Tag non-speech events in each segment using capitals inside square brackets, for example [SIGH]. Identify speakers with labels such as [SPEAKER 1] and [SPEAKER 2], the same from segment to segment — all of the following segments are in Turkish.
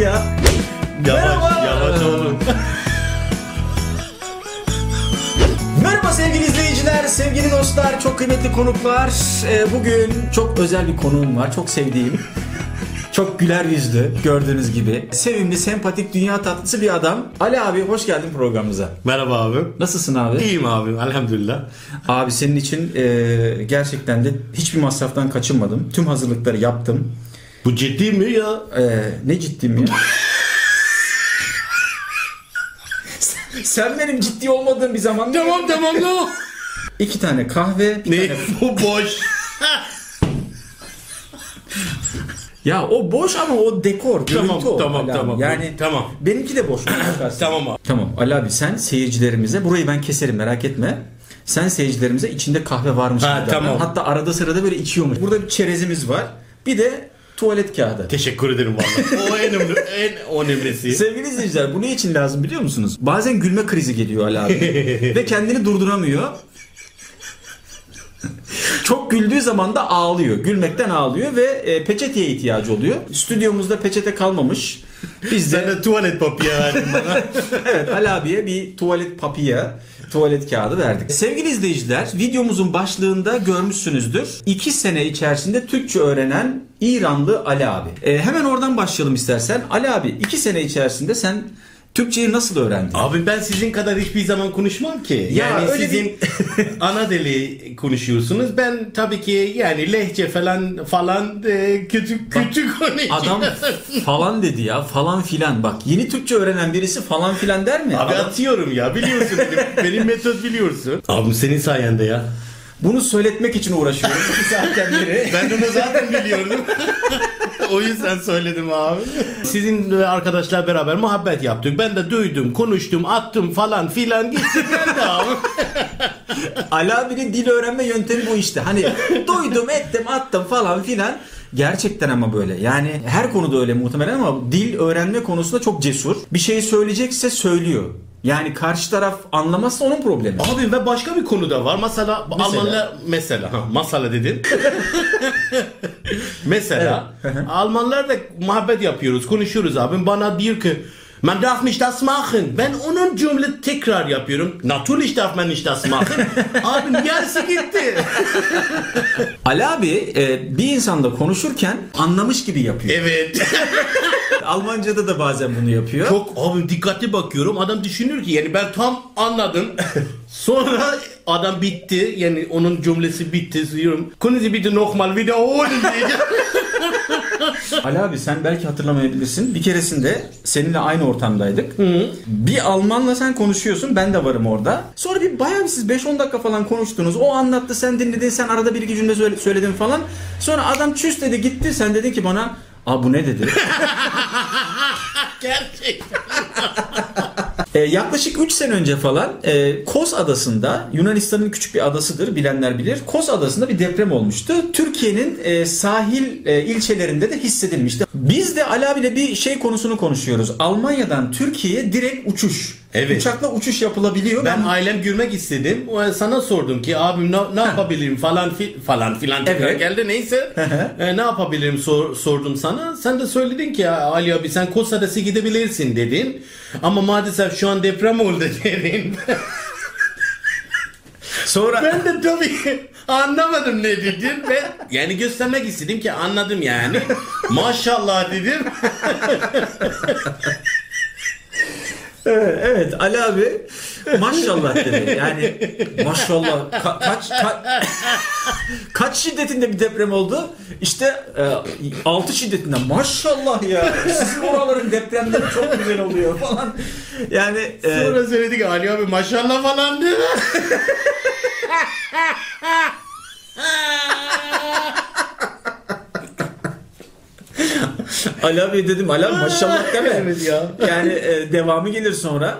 [SPEAKER 1] ya.
[SPEAKER 2] Merhaba.
[SPEAKER 1] Yavaş olun.
[SPEAKER 2] Merhaba sevgili izleyiciler, sevgili dostlar, çok kıymetli konuklar. Ee, Bugün çok özel bir konuğum var, çok sevdiğim. [LAUGHS] Çok güler yüzlü gördüğünüz gibi. Sevimli, sempatik, dünya tatlısı bir adam. Ali abi hoş geldin programımıza.
[SPEAKER 1] Merhaba abi.
[SPEAKER 2] Nasılsın abi?
[SPEAKER 1] İyiyim abi elhamdülillah.
[SPEAKER 2] Abi senin için e, gerçekten de hiçbir masraftan kaçınmadım. Tüm hazırlıkları yaptım.
[SPEAKER 1] Bu ciddi mi ya?
[SPEAKER 2] E, ne ciddi
[SPEAKER 1] [LAUGHS]
[SPEAKER 2] mi? Sen- Sen benim ciddi olmadığım bir zaman
[SPEAKER 1] Tamam tamam no.
[SPEAKER 2] iki tane kahve, bir
[SPEAKER 1] ne? [LAUGHS]
[SPEAKER 2] tane
[SPEAKER 1] Bu boş.
[SPEAKER 2] Ya o boş ama o dekor.
[SPEAKER 1] Tamam,
[SPEAKER 2] görüntü o
[SPEAKER 1] tamam,
[SPEAKER 2] Ali abi.
[SPEAKER 1] tamam.
[SPEAKER 2] Yani
[SPEAKER 1] Tamam.
[SPEAKER 2] Benimki de
[SPEAKER 1] [CLEARS THROAT]
[SPEAKER 2] boş.
[SPEAKER 1] tamam abi.
[SPEAKER 2] Tamam Ali abi sen seyircilerimize burayı ben keserim merak etme. Sen seyircilerimize içinde kahve varmış
[SPEAKER 1] Ha,
[SPEAKER 2] gibi davran.
[SPEAKER 1] tamam.
[SPEAKER 2] Hatta arada sırada böyle içiyormuş. Burada bir çerezimiz var. Bir de tuvalet kağıdı.
[SPEAKER 1] Teşekkür ederim vallahi. O en önemli, en önemlisi.
[SPEAKER 2] Sevgili izleyiciler bu ne için lazım biliyor musunuz? Bazen gülme krizi geliyor Ali abi. ve kendini durduramıyor. Çok güldüğü zaman da ağlıyor. Gülmekten ağlıyor ve e, peçeteye ihtiyacı oluyor. Stüdyomuzda peçete kalmamış. Biz
[SPEAKER 1] Sen
[SPEAKER 2] de
[SPEAKER 1] de tuvalet papiye verdin bana.
[SPEAKER 2] evet Ali abiye bir tuvalet papiye, tuvalet kağıdı verdik. Sevgili izleyiciler, videomuzun başlığında görmüşsünüzdür. 2 sene içerisinde Türkçe öğrenen İranlı Ali abi. E, hemen oradan başlayalım istersen. Ali abi 2 sene içerisinde sen Türkçeyi nasıl öğrendin?
[SPEAKER 1] Abi ben sizin kadar hiçbir zaman konuşmam ki.
[SPEAKER 2] Ya
[SPEAKER 1] yani
[SPEAKER 2] öyle
[SPEAKER 1] sizin [LAUGHS] ana dili konuşuyorsunuz. Ben tabii ki yani lehçe falan falan e, kötü kötü konuşuyorum. [LAUGHS]
[SPEAKER 2] Adam falan dedi ya falan filan bak yeni Türkçe öğrenen birisi falan filan der mi?
[SPEAKER 1] Abi
[SPEAKER 2] Adam-
[SPEAKER 1] atıyorum ya [LAUGHS] biliyorsun benim, benim metot biliyorsun. Abi senin sayende ya.
[SPEAKER 2] Bunu söyletmek için uğraşıyorum iki saatten beri.
[SPEAKER 1] Ben onu zaten biliyordum. [LAUGHS] o yüzden söyledim abi. Sizin arkadaşlar beraber muhabbet yaptık. Ben de duydum, konuştum, attım falan filan gittim ben de [LAUGHS] abi.
[SPEAKER 2] Ali abinin dil öğrenme yöntemi bu işte. Hani duydum ettim attım falan filan. Gerçekten ama böyle. Yani her konuda öyle muhtemelen ama dil öğrenme konusunda çok cesur. Bir şey söyleyecekse söylüyor. Yani karşı taraf anlamazsa onun problemi.
[SPEAKER 1] Abi ve başka bir konu da var. Mesela,
[SPEAKER 2] Mesela?
[SPEAKER 1] Almanlar mesela ha masala [LAUGHS] dedin. mesela Almanlar da muhabbet yapıyoruz, konuşuyoruz abi. Bana diyor ki Man darf nicht das machen. Ben onun cümle tekrar yapıyorum. Natürlich darf man nicht das [LAUGHS] machen. Abim yarısı gitti.
[SPEAKER 2] Ali abi e, bir insanla konuşurken anlamış gibi
[SPEAKER 1] [LAUGHS]
[SPEAKER 2] yapıyor.
[SPEAKER 1] evet.
[SPEAKER 2] Almanca'da da bazen bunu yapıyor.
[SPEAKER 1] Çok abim dikkatli bakıyorum. Adam düşünür ki yani ben tam anladım. Sonra adam bitti. Yani onun cümlesi bitti. Diyorum. Können Sie bitte nochmal [LAUGHS] wiederholen diyeceğim.
[SPEAKER 2] [LAUGHS] Ali abi sen belki hatırlamayabilirsin. Bir keresinde seninle aynı ortamdaydık. Bir Almanla sen konuşuyorsun. Ben de varım orada. Sonra bir bayağı bir siz 5-10 dakika falan konuştunuz. O anlattı sen dinledin. Sen arada bir iki cümle söyle- söyledin falan. Sonra adam çüş dedi gitti. Sen dedin ki bana Aa bu ne dedi.
[SPEAKER 1] Gerçekten.
[SPEAKER 2] E, yaklaşık 3 sene önce falan e, Kos Adası'nda Yunanistan'ın küçük bir adasıdır bilenler bilir. Kos Adası'nda bir deprem olmuştu. Türkiye'nin e, sahil e, ilçelerinde de hissedilmişti. Biz de Ala bile bir şey konusunu konuşuyoruz. Almanya'dan Türkiye'ye direkt uçuş.
[SPEAKER 1] Evet.
[SPEAKER 2] Uçakla uçuş yapılabiliyor.
[SPEAKER 1] Ben ailem gülmek istedim. O- Sana sordum ki abim ne, ne yapabilirim falan fi- falan filan tekrar
[SPEAKER 2] Evet.
[SPEAKER 1] geldi neyse. E, ne yapabilirim sor- sordum sana. Sen de söyledin ki "Ya Ali abi sen Kos Adası gidebilirsin dedin. Ama maalesef şu an deprem oldu [LAUGHS] dedin.
[SPEAKER 2] sonra
[SPEAKER 1] Ben de tabii [LAUGHS] anlamadım ne dedin ve yani göstermek istedim ki anladım yani. Maşallah dedim.
[SPEAKER 2] Evet, evet Ali abi maşallah dedi. Yani maşallah ka- kaç ka- kaç şiddetinde bir deprem oldu? İşte 6 şiddetinde maşallah ya. Sizin oraların depremleri çok güzel oluyor falan. Yani e,
[SPEAKER 1] Sonra söyledik Ali abi maşallah falan dedi.
[SPEAKER 2] Ali abi dedim Ali abi
[SPEAKER 1] [LAUGHS]
[SPEAKER 2] maşallah deme.
[SPEAKER 1] Evet ya.
[SPEAKER 2] Yani e, devamı gelir sonra.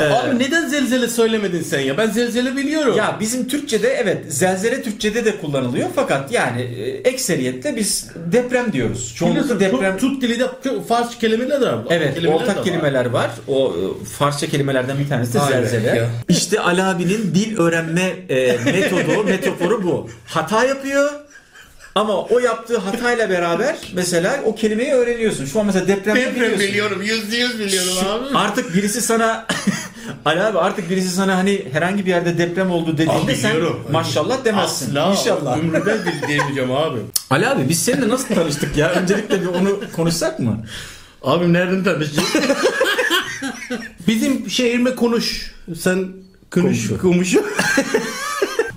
[SPEAKER 2] E,
[SPEAKER 1] Abi neden zelzele söylemedin sen ya? Ben zelzele biliyorum.
[SPEAKER 2] Ya bizim Türkçe'de evet zelzele Türkçe'de de kullanılıyor fakat yani e, ekseriyette biz deprem diyoruz. Çoğunlukla
[SPEAKER 1] Biliyorsun,
[SPEAKER 2] deprem
[SPEAKER 1] Türk, Türk dili de çok Farsça kelimeler de var.
[SPEAKER 2] Evet
[SPEAKER 1] Kelimeler de
[SPEAKER 2] ortak
[SPEAKER 1] var.
[SPEAKER 2] kelimeler var. O e, Farsça kelimelerden bir tanesi de
[SPEAKER 1] Vay be
[SPEAKER 2] zelzele.
[SPEAKER 1] ya.
[SPEAKER 2] İşte Ali
[SPEAKER 1] [LAUGHS]
[SPEAKER 2] abinin dil öğrenme e, metodu, metoforu bu. Hata yapıyor. Ama o yaptığı hatayla beraber mesela o kelimeyi öğreniyorsun. Şu an mesela depremde
[SPEAKER 1] Deprem
[SPEAKER 2] biliyorsun.
[SPEAKER 1] biliyorum. Yüzde yüz biliyorum abi.
[SPEAKER 2] Artık birisi sana [LAUGHS] Ali abi artık birisi sana hani herhangi bir yerde deprem oldu dediğinde
[SPEAKER 1] Abi
[SPEAKER 2] sen
[SPEAKER 1] biliyorum.
[SPEAKER 2] maşallah demezsin.
[SPEAKER 1] Asla.
[SPEAKER 2] İnşallah.
[SPEAKER 1] Ömrümden bir diyemeyeceğim abi.
[SPEAKER 2] Ali abi biz seninle nasıl tanıştık ya? Öncelikle bir onu konuşsak mı?
[SPEAKER 1] Abim nereden tanıştık? [LAUGHS] Bizim şehirme konuş. Sen konuş.
[SPEAKER 2] Komşu.
[SPEAKER 1] Komşu.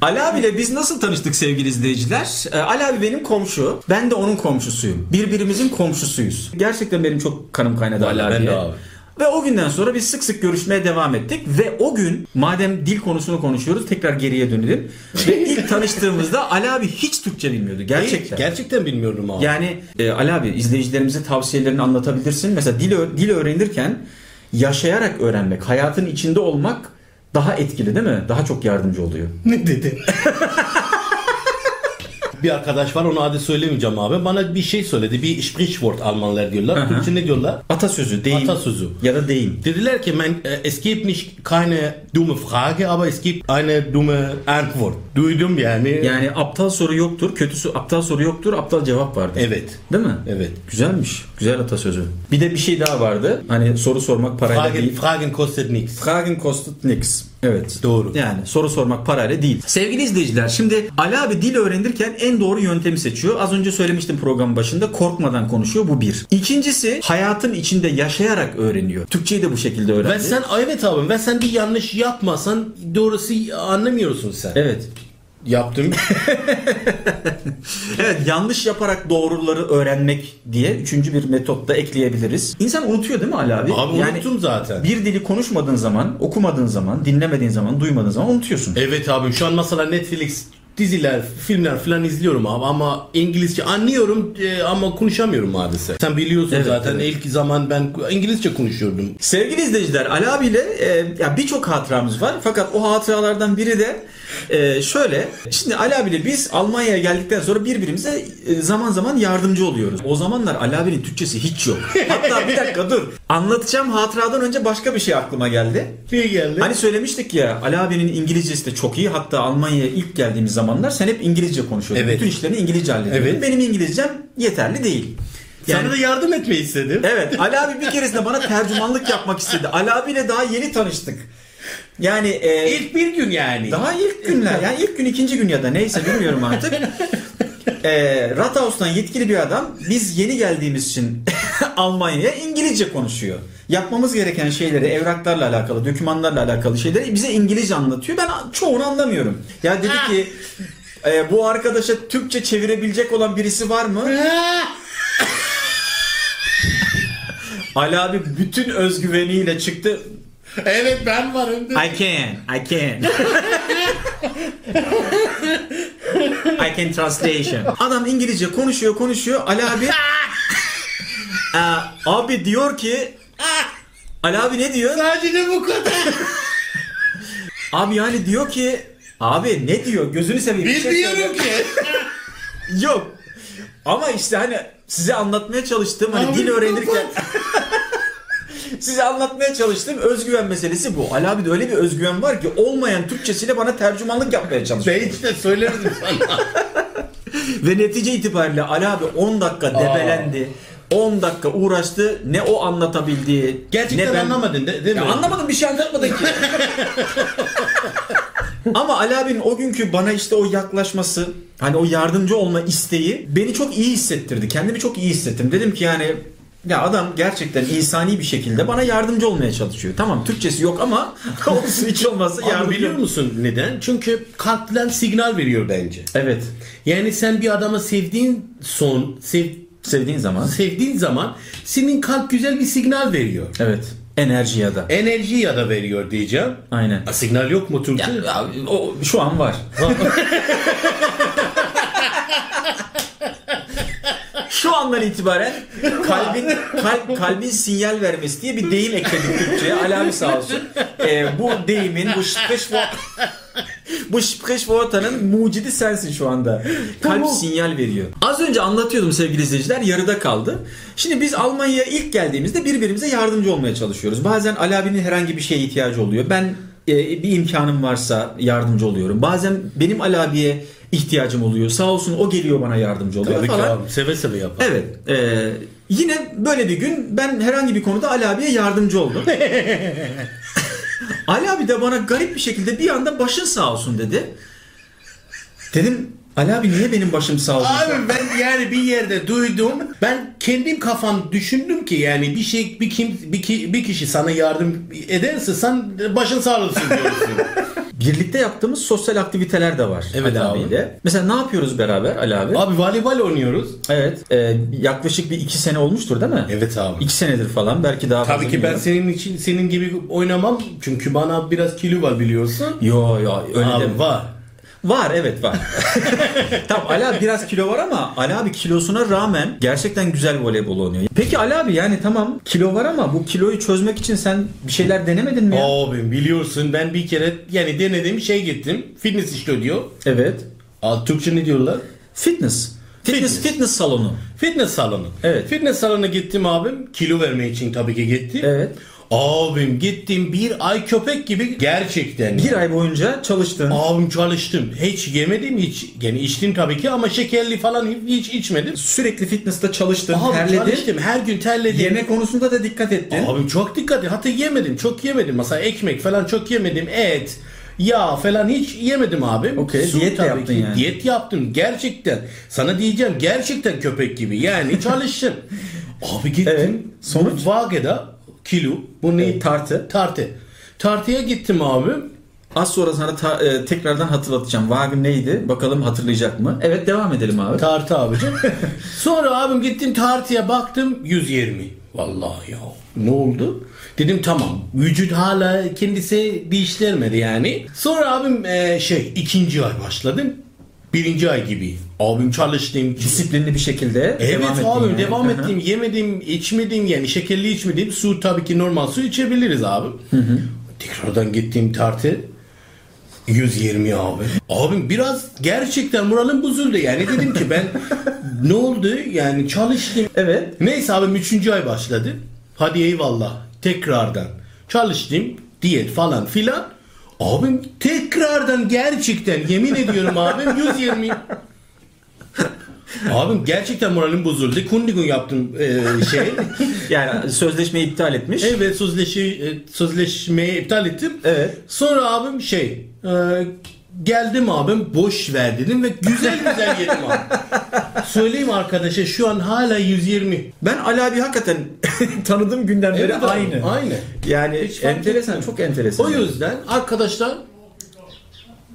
[SPEAKER 2] Ali abiyle biz nasıl tanıştık sevgili izleyiciler? Ee, Ali abi benim komşu. Ben de onun komşusuyum. Birbirimizin komşusuyuz. Gerçekten benim çok kanım kaynadı Ali
[SPEAKER 1] Vallahi ben
[SPEAKER 2] abiye.
[SPEAKER 1] de abi.
[SPEAKER 2] Ve o günden sonra biz sık sık görüşmeye devam ettik. Ve o gün madem dil konusunu konuşuyoruz tekrar geriye dönelim.
[SPEAKER 1] [LAUGHS]
[SPEAKER 2] Ve ilk tanıştığımızda Ali abi hiç Türkçe bilmiyordu. Gerçekten.
[SPEAKER 1] Gerçekten bilmiyorum abi.
[SPEAKER 2] Yani e, Ali abi izleyicilerimize tavsiyelerini anlatabilirsin. Mesela dil, ö- dil öğrenirken yaşayarak öğrenmek, hayatın içinde olmak daha etkili değil mi? Daha çok yardımcı oluyor.
[SPEAKER 1] Ne dedi? [LAUGHS] bir arkadaş var onu adı söylemeyeceğim abi. Bana bir şey söyledi. Bir Sprichwort Almanlar diyorlar. Türkçe ne diyorlar?
[SPEAKER 2] Atasözü, deyim
[SPEAKER 1] Atasözü.
[SPEAKER 2] ya da deyim.
[SPEAKER 1] Dediler ki ben e, es gibt nicht keine dumme Frage, aber es gibt eine dumme Antwort. Duydum yani.
[SPEAKER 2] Yani aptal soru yoktur, kötüsü aptal soru yoktur, aptal cevap vardır.
[SPEAKER 1] Evet.
[SPEAKER 2] Değil mi?
[SPEAKER 1] Evet.
[SPEAKER 2] Güzelmiş. Güzel atasözü. Bir de bir şey daha vardı. Hani soru sormak parayla
[SPEAKER 1] Fragen,
[SPEAKER 2] değil.
[SPEAKER 1] Fragen kostet nichts.
[SPEAKER 2] Fragen kostet nix. Evet.
[SPEAKER 1] Doğru.
[SPEAKER 2] Yani soru sormak parayla değil. Sevgili izleyiciler şimdi Ali abi dil öğrenirken en doğru yöntemi seçiyor. Az önce söylemiştim programın başında korkmadan konuşuyor bu bir. İkincisi hayatın içinde yaşayarak öğreniyor. Türkçeyi de bu şekilde öğrendi.
[SPEAKER 1] Ve sen evet abi ve sen bir yanlış yapmasan doğrusu anlamıyorsun sen.
[SPEAKER 2] Evet. [LAUGHS]
[SPEAKER 1] Yaptım.
[SPEAKER 2] Evet yanlış yaparak doğruları öğrenmek diye üçüncü bir metot da ekleyebiliriz. İnsan unutuyor değil mi Ali abi?
[SPEAKER 1] abi
[SPEAKER 2] yani
[SPEAKER 1] unuttum zaten.
[SPEAKER 2] bir dili konuşmadığın zaman, okumadığın zaman, dinlemediğin zaman, duymadığın zaman unutuyorsun.
[SPEAKER 1] Evet abim şu an mesela Netflix diziler, filmler falan izliyorum abi ama İngilizce anlıyorum e, ama konuşamıyorum maalesef. Sen biliyorsun
[SPEAKER 2] Evet,
[SPEAKER 1] zaten
[SPEAKER 2] evet.
[SPEAKER 1] ilk zaman ben İngilizce konuşuyordum.
[SPEAKER 2] Sevgili izleyiciler Ali abiyle e, ya birçok hatıramız var fakat o hatıralardan biri de e, şöyle. Şimdi Ali abiyle biz Almanya'ya geldikten sonra birbirimize e, zaman zaman yardımcı oluyoruz. O zamanlar Ali abinin Türkçesi hiç yok. Hatta bir dakika dur. Anlatacağım hatıradan önce başka bir şey aklıma geldi.
[SPEAKER 1] Bir geldi.
[SPEAKER 2] Hani söylemiştik ya Ali abinin İngilizcesi de çok iyi. Hatta Almanya'ya ilk geldiğimiz zamanlar sen hep İngilizce konuşuyordun.
[SPEAKER 1] Evet.
[SPEAKER 2] Bütün işlerini İngilizce hallediyordun.
[SPEAKER 1] Evet.
[SPEAKER 2] Benim İngilizcem yeterli değil.
[SPEAKER 1] Sana da yardım etmeyi istedim.
[SPEAKER 2] Evet Ali abi bir keresinde bana tercümanlık yapmak istedi. Ali abiyle daha yeni tanıştık. Yani e,
[SPEAKER 1] İlk bir gün yani.
[SPEAKER 2] daha ilk günler yani ilk gün ikinci gün ya da neyse bilmiyorum artık. E, Rathaus'tan yetkili bir adam biz yeni geldiğimiz için [LAUGHS] Almanya'ya İngilizce konuşuyor. Yapmamız gereken şeyleri, evraklarla alakalı, dokümanlarla alakalı şeyleri bize İngilizce anlatıyor. Ben çoğunu anlamıyorum. Ya dedi ki e, bu arkadaşa Türkçe çevirebilecek olan birisi var mı? Ali abi bütün özgüveniyle çıktı.
[SPEAKER 1] [LAUGHS] evet ben varım. [LAUGHS]
[SPEAKER 2] I can, I can. I can translation. Adam İngilizce konuşuyor, konuşuyor. Ali abi
[SPEAKER 1] [LAUGHS]
[SPEAKER 2] Ee, abi diyor ki Ali abi ne diyor?
[SPEAKER 1] Ah, Sadece bu kadar.
[SPEAKER 2] Abi yani diyor ki abi ne diyor? Gözünü seveyim. [LAUGHS] bir şey söyle.
[SPEAKER 1] Bilmiyorum ki.
[SPEAKER 2] Yok. Ama işte hani size anlatmaya çalıştığım hani
[SPEAKER 1] Abi,
[SPEAKER 2] dil öğrenirken [LAUGHS] size anlatmaya çalıştığım özgüven meselesi bu. Ali abi de öyle bir özgüven var ki olmayan Türkçesiyle bana tercümanlık yapmaya [LAUGHS] çalışıyor.
[SPEAKER 1] ben hiç de söylerdim sana.
[SPEAKER 2] Ve netice itibariyle Ali abi 10 dakika debelendi. 10 dakika uğraştı. Ne o anlatabildi.
[SPEAKER 1] Gerçekten
[SPEAKER 2] ne ben...
[SPEAKER 1] anlamadın de- değil mi?
[SPEAKER 2] Ya anlamadım bir şey
[SPEAKER 1] [LAUGHS]
[SPEAKER 2] anlatmadın ki. Ama Ali abinin o günkü bana işte o yaklaşması, hani o yardımcı olma isteği beni çok iyi hissettirdi. Kendimi çok iyi hissettim. Dedim ki yani ya adam gerçekten insani bir şekilde bana yardımcı olmaya çalışıyor. Tamam Türkçesi yok ama [LAUGHS] olsun hiç olmazsa
[SPEAKER 1] Abi
[SPEAKER 2] yardımcı.
[SPEAKER 1] biliyor musun neden? Çünkü kalpten signal veriyor bence.
[SPEAKER 2] Evet.
[SPEAKER 1] Yani sen bir adama sevdiğin son, sev,
[SPEAKER 2] Sevdiğin zaman.
[SPEAKER 1] sevdiğin zaman senin kalp güzel bir signal veriyor.
[SPEAKER 2] Evet. Enerji ya da.
[SPEAKER 1] Enerji ya da veriyor diyeceğim.
[SPEAKER 2] Aynen.
[SPEAKER 1] A, signal yok mu Türkçe?
[SPEAKER 2] Abi, o şu an var. [LAUGHS] şu andan itibaren kalbin kalp, kalbin sinyal vermesi diye bir deyim ekledik Türkçe'ye. Ali abi sağ olsun. Ee, bu deyimin bu Sprichwort bu Sprichwort'ın mucidi sensin şu anda. Kalp
[SPEAKER 1] Tamam.
[SPEAKER 2] sinyal veriyor. Az önce anlatıyordum sevgili izleyiciler yarıda kaldı. Şimdi biz Almanya'ya ilk geldiğimizde birbirimize yardımcı olmaya çalışıyoruz. Bazen Ali abinin herhangi bir şeye ihtiyacı oluyor. Ben e, bir imkanım varsa yardımcı oluyorum. Bazen benim Ali abiye ihtiyacım oluyor. Sağ olsun o geliyor bana yardımcı oluyor
[SPEAKER 1] Tabii ki
[SPEAKER 2] falan.
[SPEAKER 1] abi, seve seve yapar.
[SPEAKER 2] Evet. e, yine böyle bir gün ben herhangi bir konuda Ali abiye yardımcı
[SPEAKER 1] [LAUGHS]
[SPEAKER 2] oldum. Ali abi de bana garip bir şekilde bir anda başın sağ olsun dedi. Dedim Ali abi niye benim başım sağ olsun?
[SPEAKER 1] Abi ben yani bir yerde duydum. Ben kendim kafam düşündüm ki yani bir şey bir kim bir, ki- bir kişi sana yardım ederse sen başın sağ olsun
[SPEAKER 2] [LAUGHS]
[SPEAKER 1] diyorsun.
[SPEAKER 2] Birlikte yaptığımız sosyal aktiviteler de var
[SPEAKER 1] Evet
[SPEAKER 2] Ali
[SPEAKER 1] abi.
[SPEAKER 2] abiyle. Mesela ne yapıyoruz beraber Ali abi?
[SPEAKER 1] abi voleybol oynuyoruz.
[SPEAKER 2] Evet. e, yaklaşık bir iki sene olmuştur değil mi?
[SPEAKER 1] Evet abi.
[SPEAKER 2] İki senedir falan belki daha
[SPEAKER 1] Tabii
[SPEAKER 2] fazla
[SPEAKER 1] ki ben
[SPEAKER 2] bilmiyorum.
[SPEAKER 1] senin için senin gibi oynamam çünkü bana biraz kilo var biliyorsun.
[SPEAKER 2] Yo yo öyle
[SPEAKER 1] Abi
[SPEAKER 2] deme.
[SPEAKER 1] var.
[SPEAKER 2] Var evet var. tamam Ali abi biraz kilo var ama Ali abi kilosuna rağmen gerçekten güzel voleybol oynuyor. Peki Ali abi yani tamam kilo var ama bu kiloyu çözmek için sen bir şeyler denemedin mi ya?
[SPEAKER 1] Abi biliyorsun ben bir kere yani denedim şey gittim fitness stüdyo.
[SPEAKER 2] Evet.
[SPEAKER 1] Aa, Türkçe ne diyorlar?
[SPEAKER 2] Fitness. Fitness
[SPEAKER 1] Fitness.
[SPEAKER 2] fitness, salonu.
[SPEAKER 1] Fitness salonu.
[SPEAKER 2] Evet.
[SPEAKER 1] Fitness salonuna gittim abim. Kilo vermek için tabii ki gittim.
[SPEAKER 2] Evet.
[SPEAKER 1] Abim gittim bir ay köpek gibi gerçekten.
[SPEAKER 2] Bir ay boyunca çalıştın.
[SPEAKER 1] Abim çalıştım. Hiç yemedim hiç. Yani içtim tabii ki ama şekerli falan hiç içmedim.
[SPEAKER 2] Sürekli fitness'ta çalıştın,
[SPEAKER 1] Abim
[SPEAKER 2] terledin.
[SPEAKER 1] çalıştım. Her gün terledim.
[SPEAKER 2] Yeme konusunda da dikkat ettin.
[SPEAKER 1] Abim çok dikkat et. Hatta yemedim. Çok yemedim. Mesela ekmek falan çok yemedim. Et, yağ falan hiç yemedim abim.
[SPEAKER 2] Okey,
[SPEAKER 1] Su
[SPEAKER 2] diyet de
[SPEAKER 1] tabii
[SPEAKER 2] yaptın
[SPEAKER 1] ki.
[SPEAKER 2] yani.
[SPEAKER 1] Diyet yaptım. Gerçekten. Sana diyeceğim gerçekten köpek gibi.
[SPEAKER 2] [LAUGHS]
[SPEAKER 1] Yani çalıştım. Abi gittim.
[SPEAKER 2] Evet, sonuç?
[SPEAKER 1] Bu Vage'da kilo. Bu ne?
[SPEAKER 2] Evet, tartı.
[SPEAKER 1] Tartı. Tartıya gittim abim.
[SPEAKER 2] Az sonra sana ta- e, tekrardan hatırlatacağım. Vagim neydi? Bakalım hatırlayacak mı? Evet devam edelim abi.
[SPEAKER 1] Tartı abicim. [LAUGHS] Sonra abim gittim tartıya baktım 120. Vallahi ya ne oldu? Dedim tamam vücut hala kendisi değiştirmedi yani. Sonra abim e, şey ikinci ay başladım. Birinci ay gibi. Abim çalıştım.
[SPEAKER 2] Disiplinli bir şekilde
[SPEAKER 1] Evet
[SPEAKER 2] devam ettin.
[SPEAKER 1] abim
[SPEAKER 2] yani.
[SPEAKER 1] devam
[SPEAKER 2] Hı hı.
[SPEAKER 1] ettim. Yemedim, içmedim yani şekerli içmedim. Su tabii ki normal su içebiliriz abi. Tekrardan gittiğim tartı 120 abi. Abim biraz gerçekten moralim bozuldu yani dedim
[SPEAKER 2] [LAUGHS]
[SPEAKER 1] ki ben ne oldu yani çalıştım.
[SPEAKER 2] Evet.
[SPEAKER 1] Neyse abim 3. ay başladı. Hadi eyvallah tekrardan çalıştım diyet falan filan. Abim tekrardan gerçekten yemin
[SPEAKER 2] [LAUGHS]
[SPEAKER 1] ediyorum abim 120. Abim gerçekten moralim bozuldu. Kundigun yaptım e,
[SPEAKER 2] [LAUGHS]
[SPEAKER 1] şey.
[SPEAKER 2] Yani sözleşmeyi iptal etmiş.
[SPEAKER 1] evet sözleşi, e, sözleşmeyi iptal ettim.
[SPEAKER 2] Evet.
[SPEAKER 1] Sonra abim şey e, geldim abim boş ver dedim ve güzel güzel yedim abi.
[SPEAKER 2] [LAUGHS]
[SPEAKER 1] Söyleyeyim arkadaşa şu an hala 120.
[SPEAKER 2] Ben Ali abi hakikaten [LAUGHS] tanıdığım günden beri
[SPEAKER 1] Evet abi,
[SPEAKER 2] aynı.
[SPEAKER 1] Aynı.
[SPEAKER 2] Yani
[SPEAKER 1] Hiç fark
[SPEAKER 2] enteresan,
[SPEAKER 1] etmiyor.
[SPEAKER 2] çok enteresan.
[SPEAKER 1] O yüzden arkadaşlar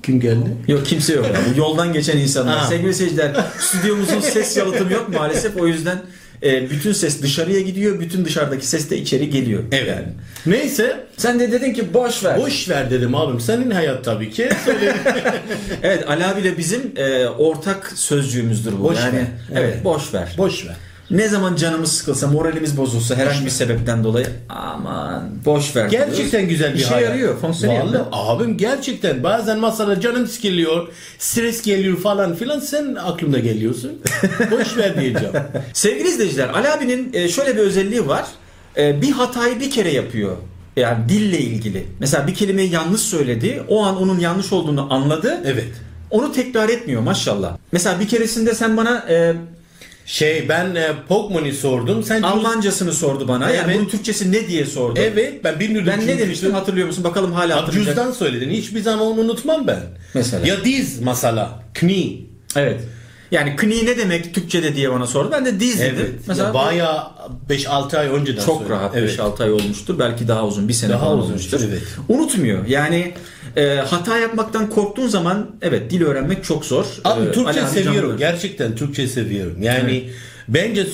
[SPEAKER 1] kim geldi?
[SPEAKER 2] Yok kimse yok. Bu yoldan geçen insanlar.
[SPEAKER 1] Ha.
[SPEAKER 2] Sevgili
[SPEAKER 1] [LAUGHS]
[SPEAKER 2] seyirciler, stüdyomuzun ses yalıtımı yok maalesef. O yüzden e, bütün ses dışarıya gidiyor, bütün dışarıdaki ses de içeri geliyor.
[SPEAKER 1] Evet.
[SPEAKER 2] Yani.
[SPEAKER 1] Neyse
[SPEAKER 2] Sen de dedin ki boş ver.
[SPEAKER 1] boş ver dedim abim. Senin hayat tabii ki. Söyle- [LAUGHS]
[SPEAKER 2] Evet, Ali abiyle bizim e, ortak sözcüğümüzdür bu.
[SPEAKER 1] Boş
[SPEAKER 2] yani
[SPEAKER 1] ver.
[SPEAKER 2] evet,
[SPEAKER 1] Evet.
[SPEAKER 2] boş ver.
[SPEAKER 1] boş ver.
[SPEAKER 2] Ne zaman canımız sıkılsa, moralimiz bozulsa herhangi bir sebepten dolayı aman boş ver. diyoruz.
[SPEAKER 1] Gerçekten güzel bir
[SPEAKER 2] İşe
[SPEAKER 1] hayat.
[SPEAKER 2] yarıyor, fonksiyonu
[SPEAKER 1] Vallahi
[SPEAKER 2] yapıyor.
[SPEAKER 1] abim gerçekten bazen masada canım sıkılıyor, stres geliyor falan filan sen aklımda geliyorsun. boş
[SPEAKER 2] [LAUGHS]
[SPEAKER 1] ver diyeceğim.
[SPEAKER 2] Sevgili izleyiciler, Ali abinin e, şöyle bir özelliği var. E, Bir hatayı bir kere yapıyor. Yani dille ilgili. Mesela bir kelimeyi yanlış söyledi. O an onun yanlış olduğunu anladı.
[SPEAKER 1] Evet.
[SPEAKER 2] Onu tekrar etmiyor maşallah. Mesela bir keresinde sen bana e,
[SPEAKER 1] Şey ben e, Pokmon'i sordum. Sen
[SPEAKER 2] Almancasını sordu bana. Yani
[SPEAKER 1] Evet.
[SPEAKER 2] bunun Türkçesi ne diye sordu.
[SPEAKER 1] Evet ben bilmiyordum.
[SPEAKER 2] Ben ne
[SPEAKER 1] çünkü.
[SPEAKER 2] demiştim hatırlıyor musun? Bakalım hala
[SPEAKER 1] Abi
[SPEAKER 2] hatırlayacak.
[SPEAKER 1] cüzdan söyledin. Hiçbir zaman onu unutmam ben.
[SPEAKER 2] Mesela.
[SPEAKER 1] Ya diz mesela. Kni.
[SPEAKER 2] Evet. Yani kni ne demek Türkçe'de diye bana sordu. Ben de diz dedim. Mesela
[SPEAKER 1] ya bayağı 5-6 ay önceden
[SPEAKER 2] Çok
[SPEAKER 1] söyledim.
[SPEAKER 2] rahat
[SPEAKER 1] Evet.
[SPEAKER 2] 5-6 ay olmuştur. Belki daha uzun. Bir sene
[SPEAKER 1] Daha
[SPEAKER 2] falan
[SPEAKER 1] uzun,
[SPEAKER 2] olmuştur.
[SPEAKER 1] evet.
[SPEAKER 2] Unutmuyor. Yani e, hata yapmaktan korktuğun zaman evet dil öğrenmek çok zor.
[SPEAKER 1] Abi
[SPEAKER 2] E, Ali
[SPEAKER 1] Türkçe
[SPEAKER 2] abi
[SPEAKER 1] seviyorum.
[SPEAKER 2] canlıdır.
[SPEAKER 1] Gerçekten Türkçe seviyorum. Yani bence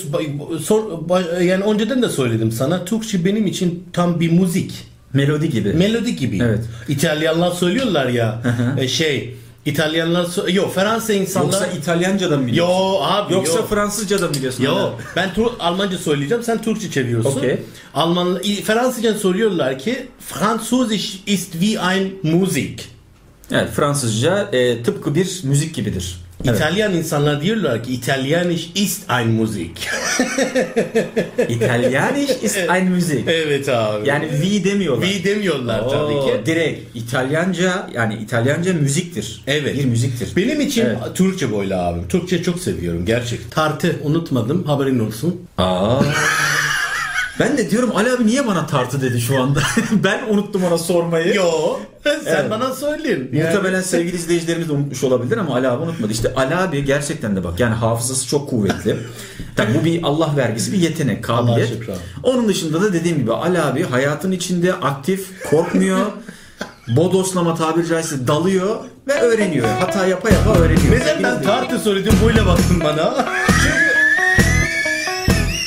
[SPEAKER 1] sor- baş- yani önceden de söyledim sana Türkçe benim için tam bir müzik.
[SPEAKER 2] Melodi gibi.
[SPEAKER 1] Melodi gibi.
[SPEAKER 2] Evet.
[SPEAKER 1] İtalyanlar söylüyorlar ya
[SPEAKER 2] hı.
[SPEAKER 1] e, şey İtalyanlar so- yok Fransa insanlar
[SPEAKER 2] Yoksa İtalyanca da mı biliyorsun?
[SPEAKER 1] Yo abi
[SPEAKER 2] Yoksa
[SPEAKER 1] yo.
[SPEAKER 2] Fransızca da mı biliyorsun?
[SPEAKER 1] Yo ben Tur- Almanca söyleyeceğim sen Türkçe çeviriyorsun.
[SPEAKER 2] Okey.
[SPEAKER 1] Alman İ- Fransızca soruyorlar ki Französisch ist wie ein Musik.
[SPEAKER 2] Evet Fransızca e, tıpkı bir müzik gibidir.
[SPEAKER 1] İtalyan insanlar diyorlar ki İtalyanisch ist ein Musik.
[SPEAKER 2] İtalyanisch ist ein Musik.
[SPEAKER 1] [LAUGHS] evet abi.
[SPEAKER 2] Yani vi demiyorlar.
[SPEAKER 1] Vi demiyorlar
[SPEAKER 2] Oo,
[SPEAKER 1] tabii ki.
[SPEAKER 2] Direkt İtalyanca yani İtalyanca müziktir.
[SPEAKER 1] Evet.
[SPEAKER 2] Bir müziktir.
[SPEAKER 1] Benim için
[SPEAKER 2] Evet.
[SPEAKER 1] Türkçe böyle abim. Türkçe çok seviyorum gerçekten. Tartı unutmadım haberin olsun.
[SPEAKER 2] Aa. [LAUGHS] ben de diyorum Ali abi niye bana tartı dedi şu anda. [LAUGHS] ben unuttum ona sormayı.
[SPEAKER 1] Yo sen
[SPEAKER 2] [LAUGHS] Evet.
[SPEAKER 1] bana söyleyin.
[SPEAKER 2] Muhtemelen sevgili izleyicilerimiz de unutmuş olabilir ama Ali abi unutmadı. İşte Ali abi gerçekten de bak yani hafızası çok kuvvetli. Tabii bu bir Allah vergisi, bir yetenek, kabiliyet.
[SPEAKER 1] Allah'a şükür abi.
[SPEAKER 2] Onun dışında da dediğim gibi Ali abi hayatın içinde aktif, korkmuyor.
[SPEAKER 1] [LAUGHS]
[SPEAKER 2] bodoslama tabiri caizse dalıyor ve öğreniyor. Hata yapa yapa öğreniyor. [LAUGHS]
[SPEAKER 1] Neden ben tartı söyledim böyle baktın bana?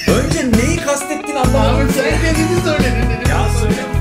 [SPEAKER 2] Önce neyi kastettiğini anlamadım.
[SPEAKER 1] abi sen kendini söyledin dedim.
[SPEAKER 2] Ya söyle.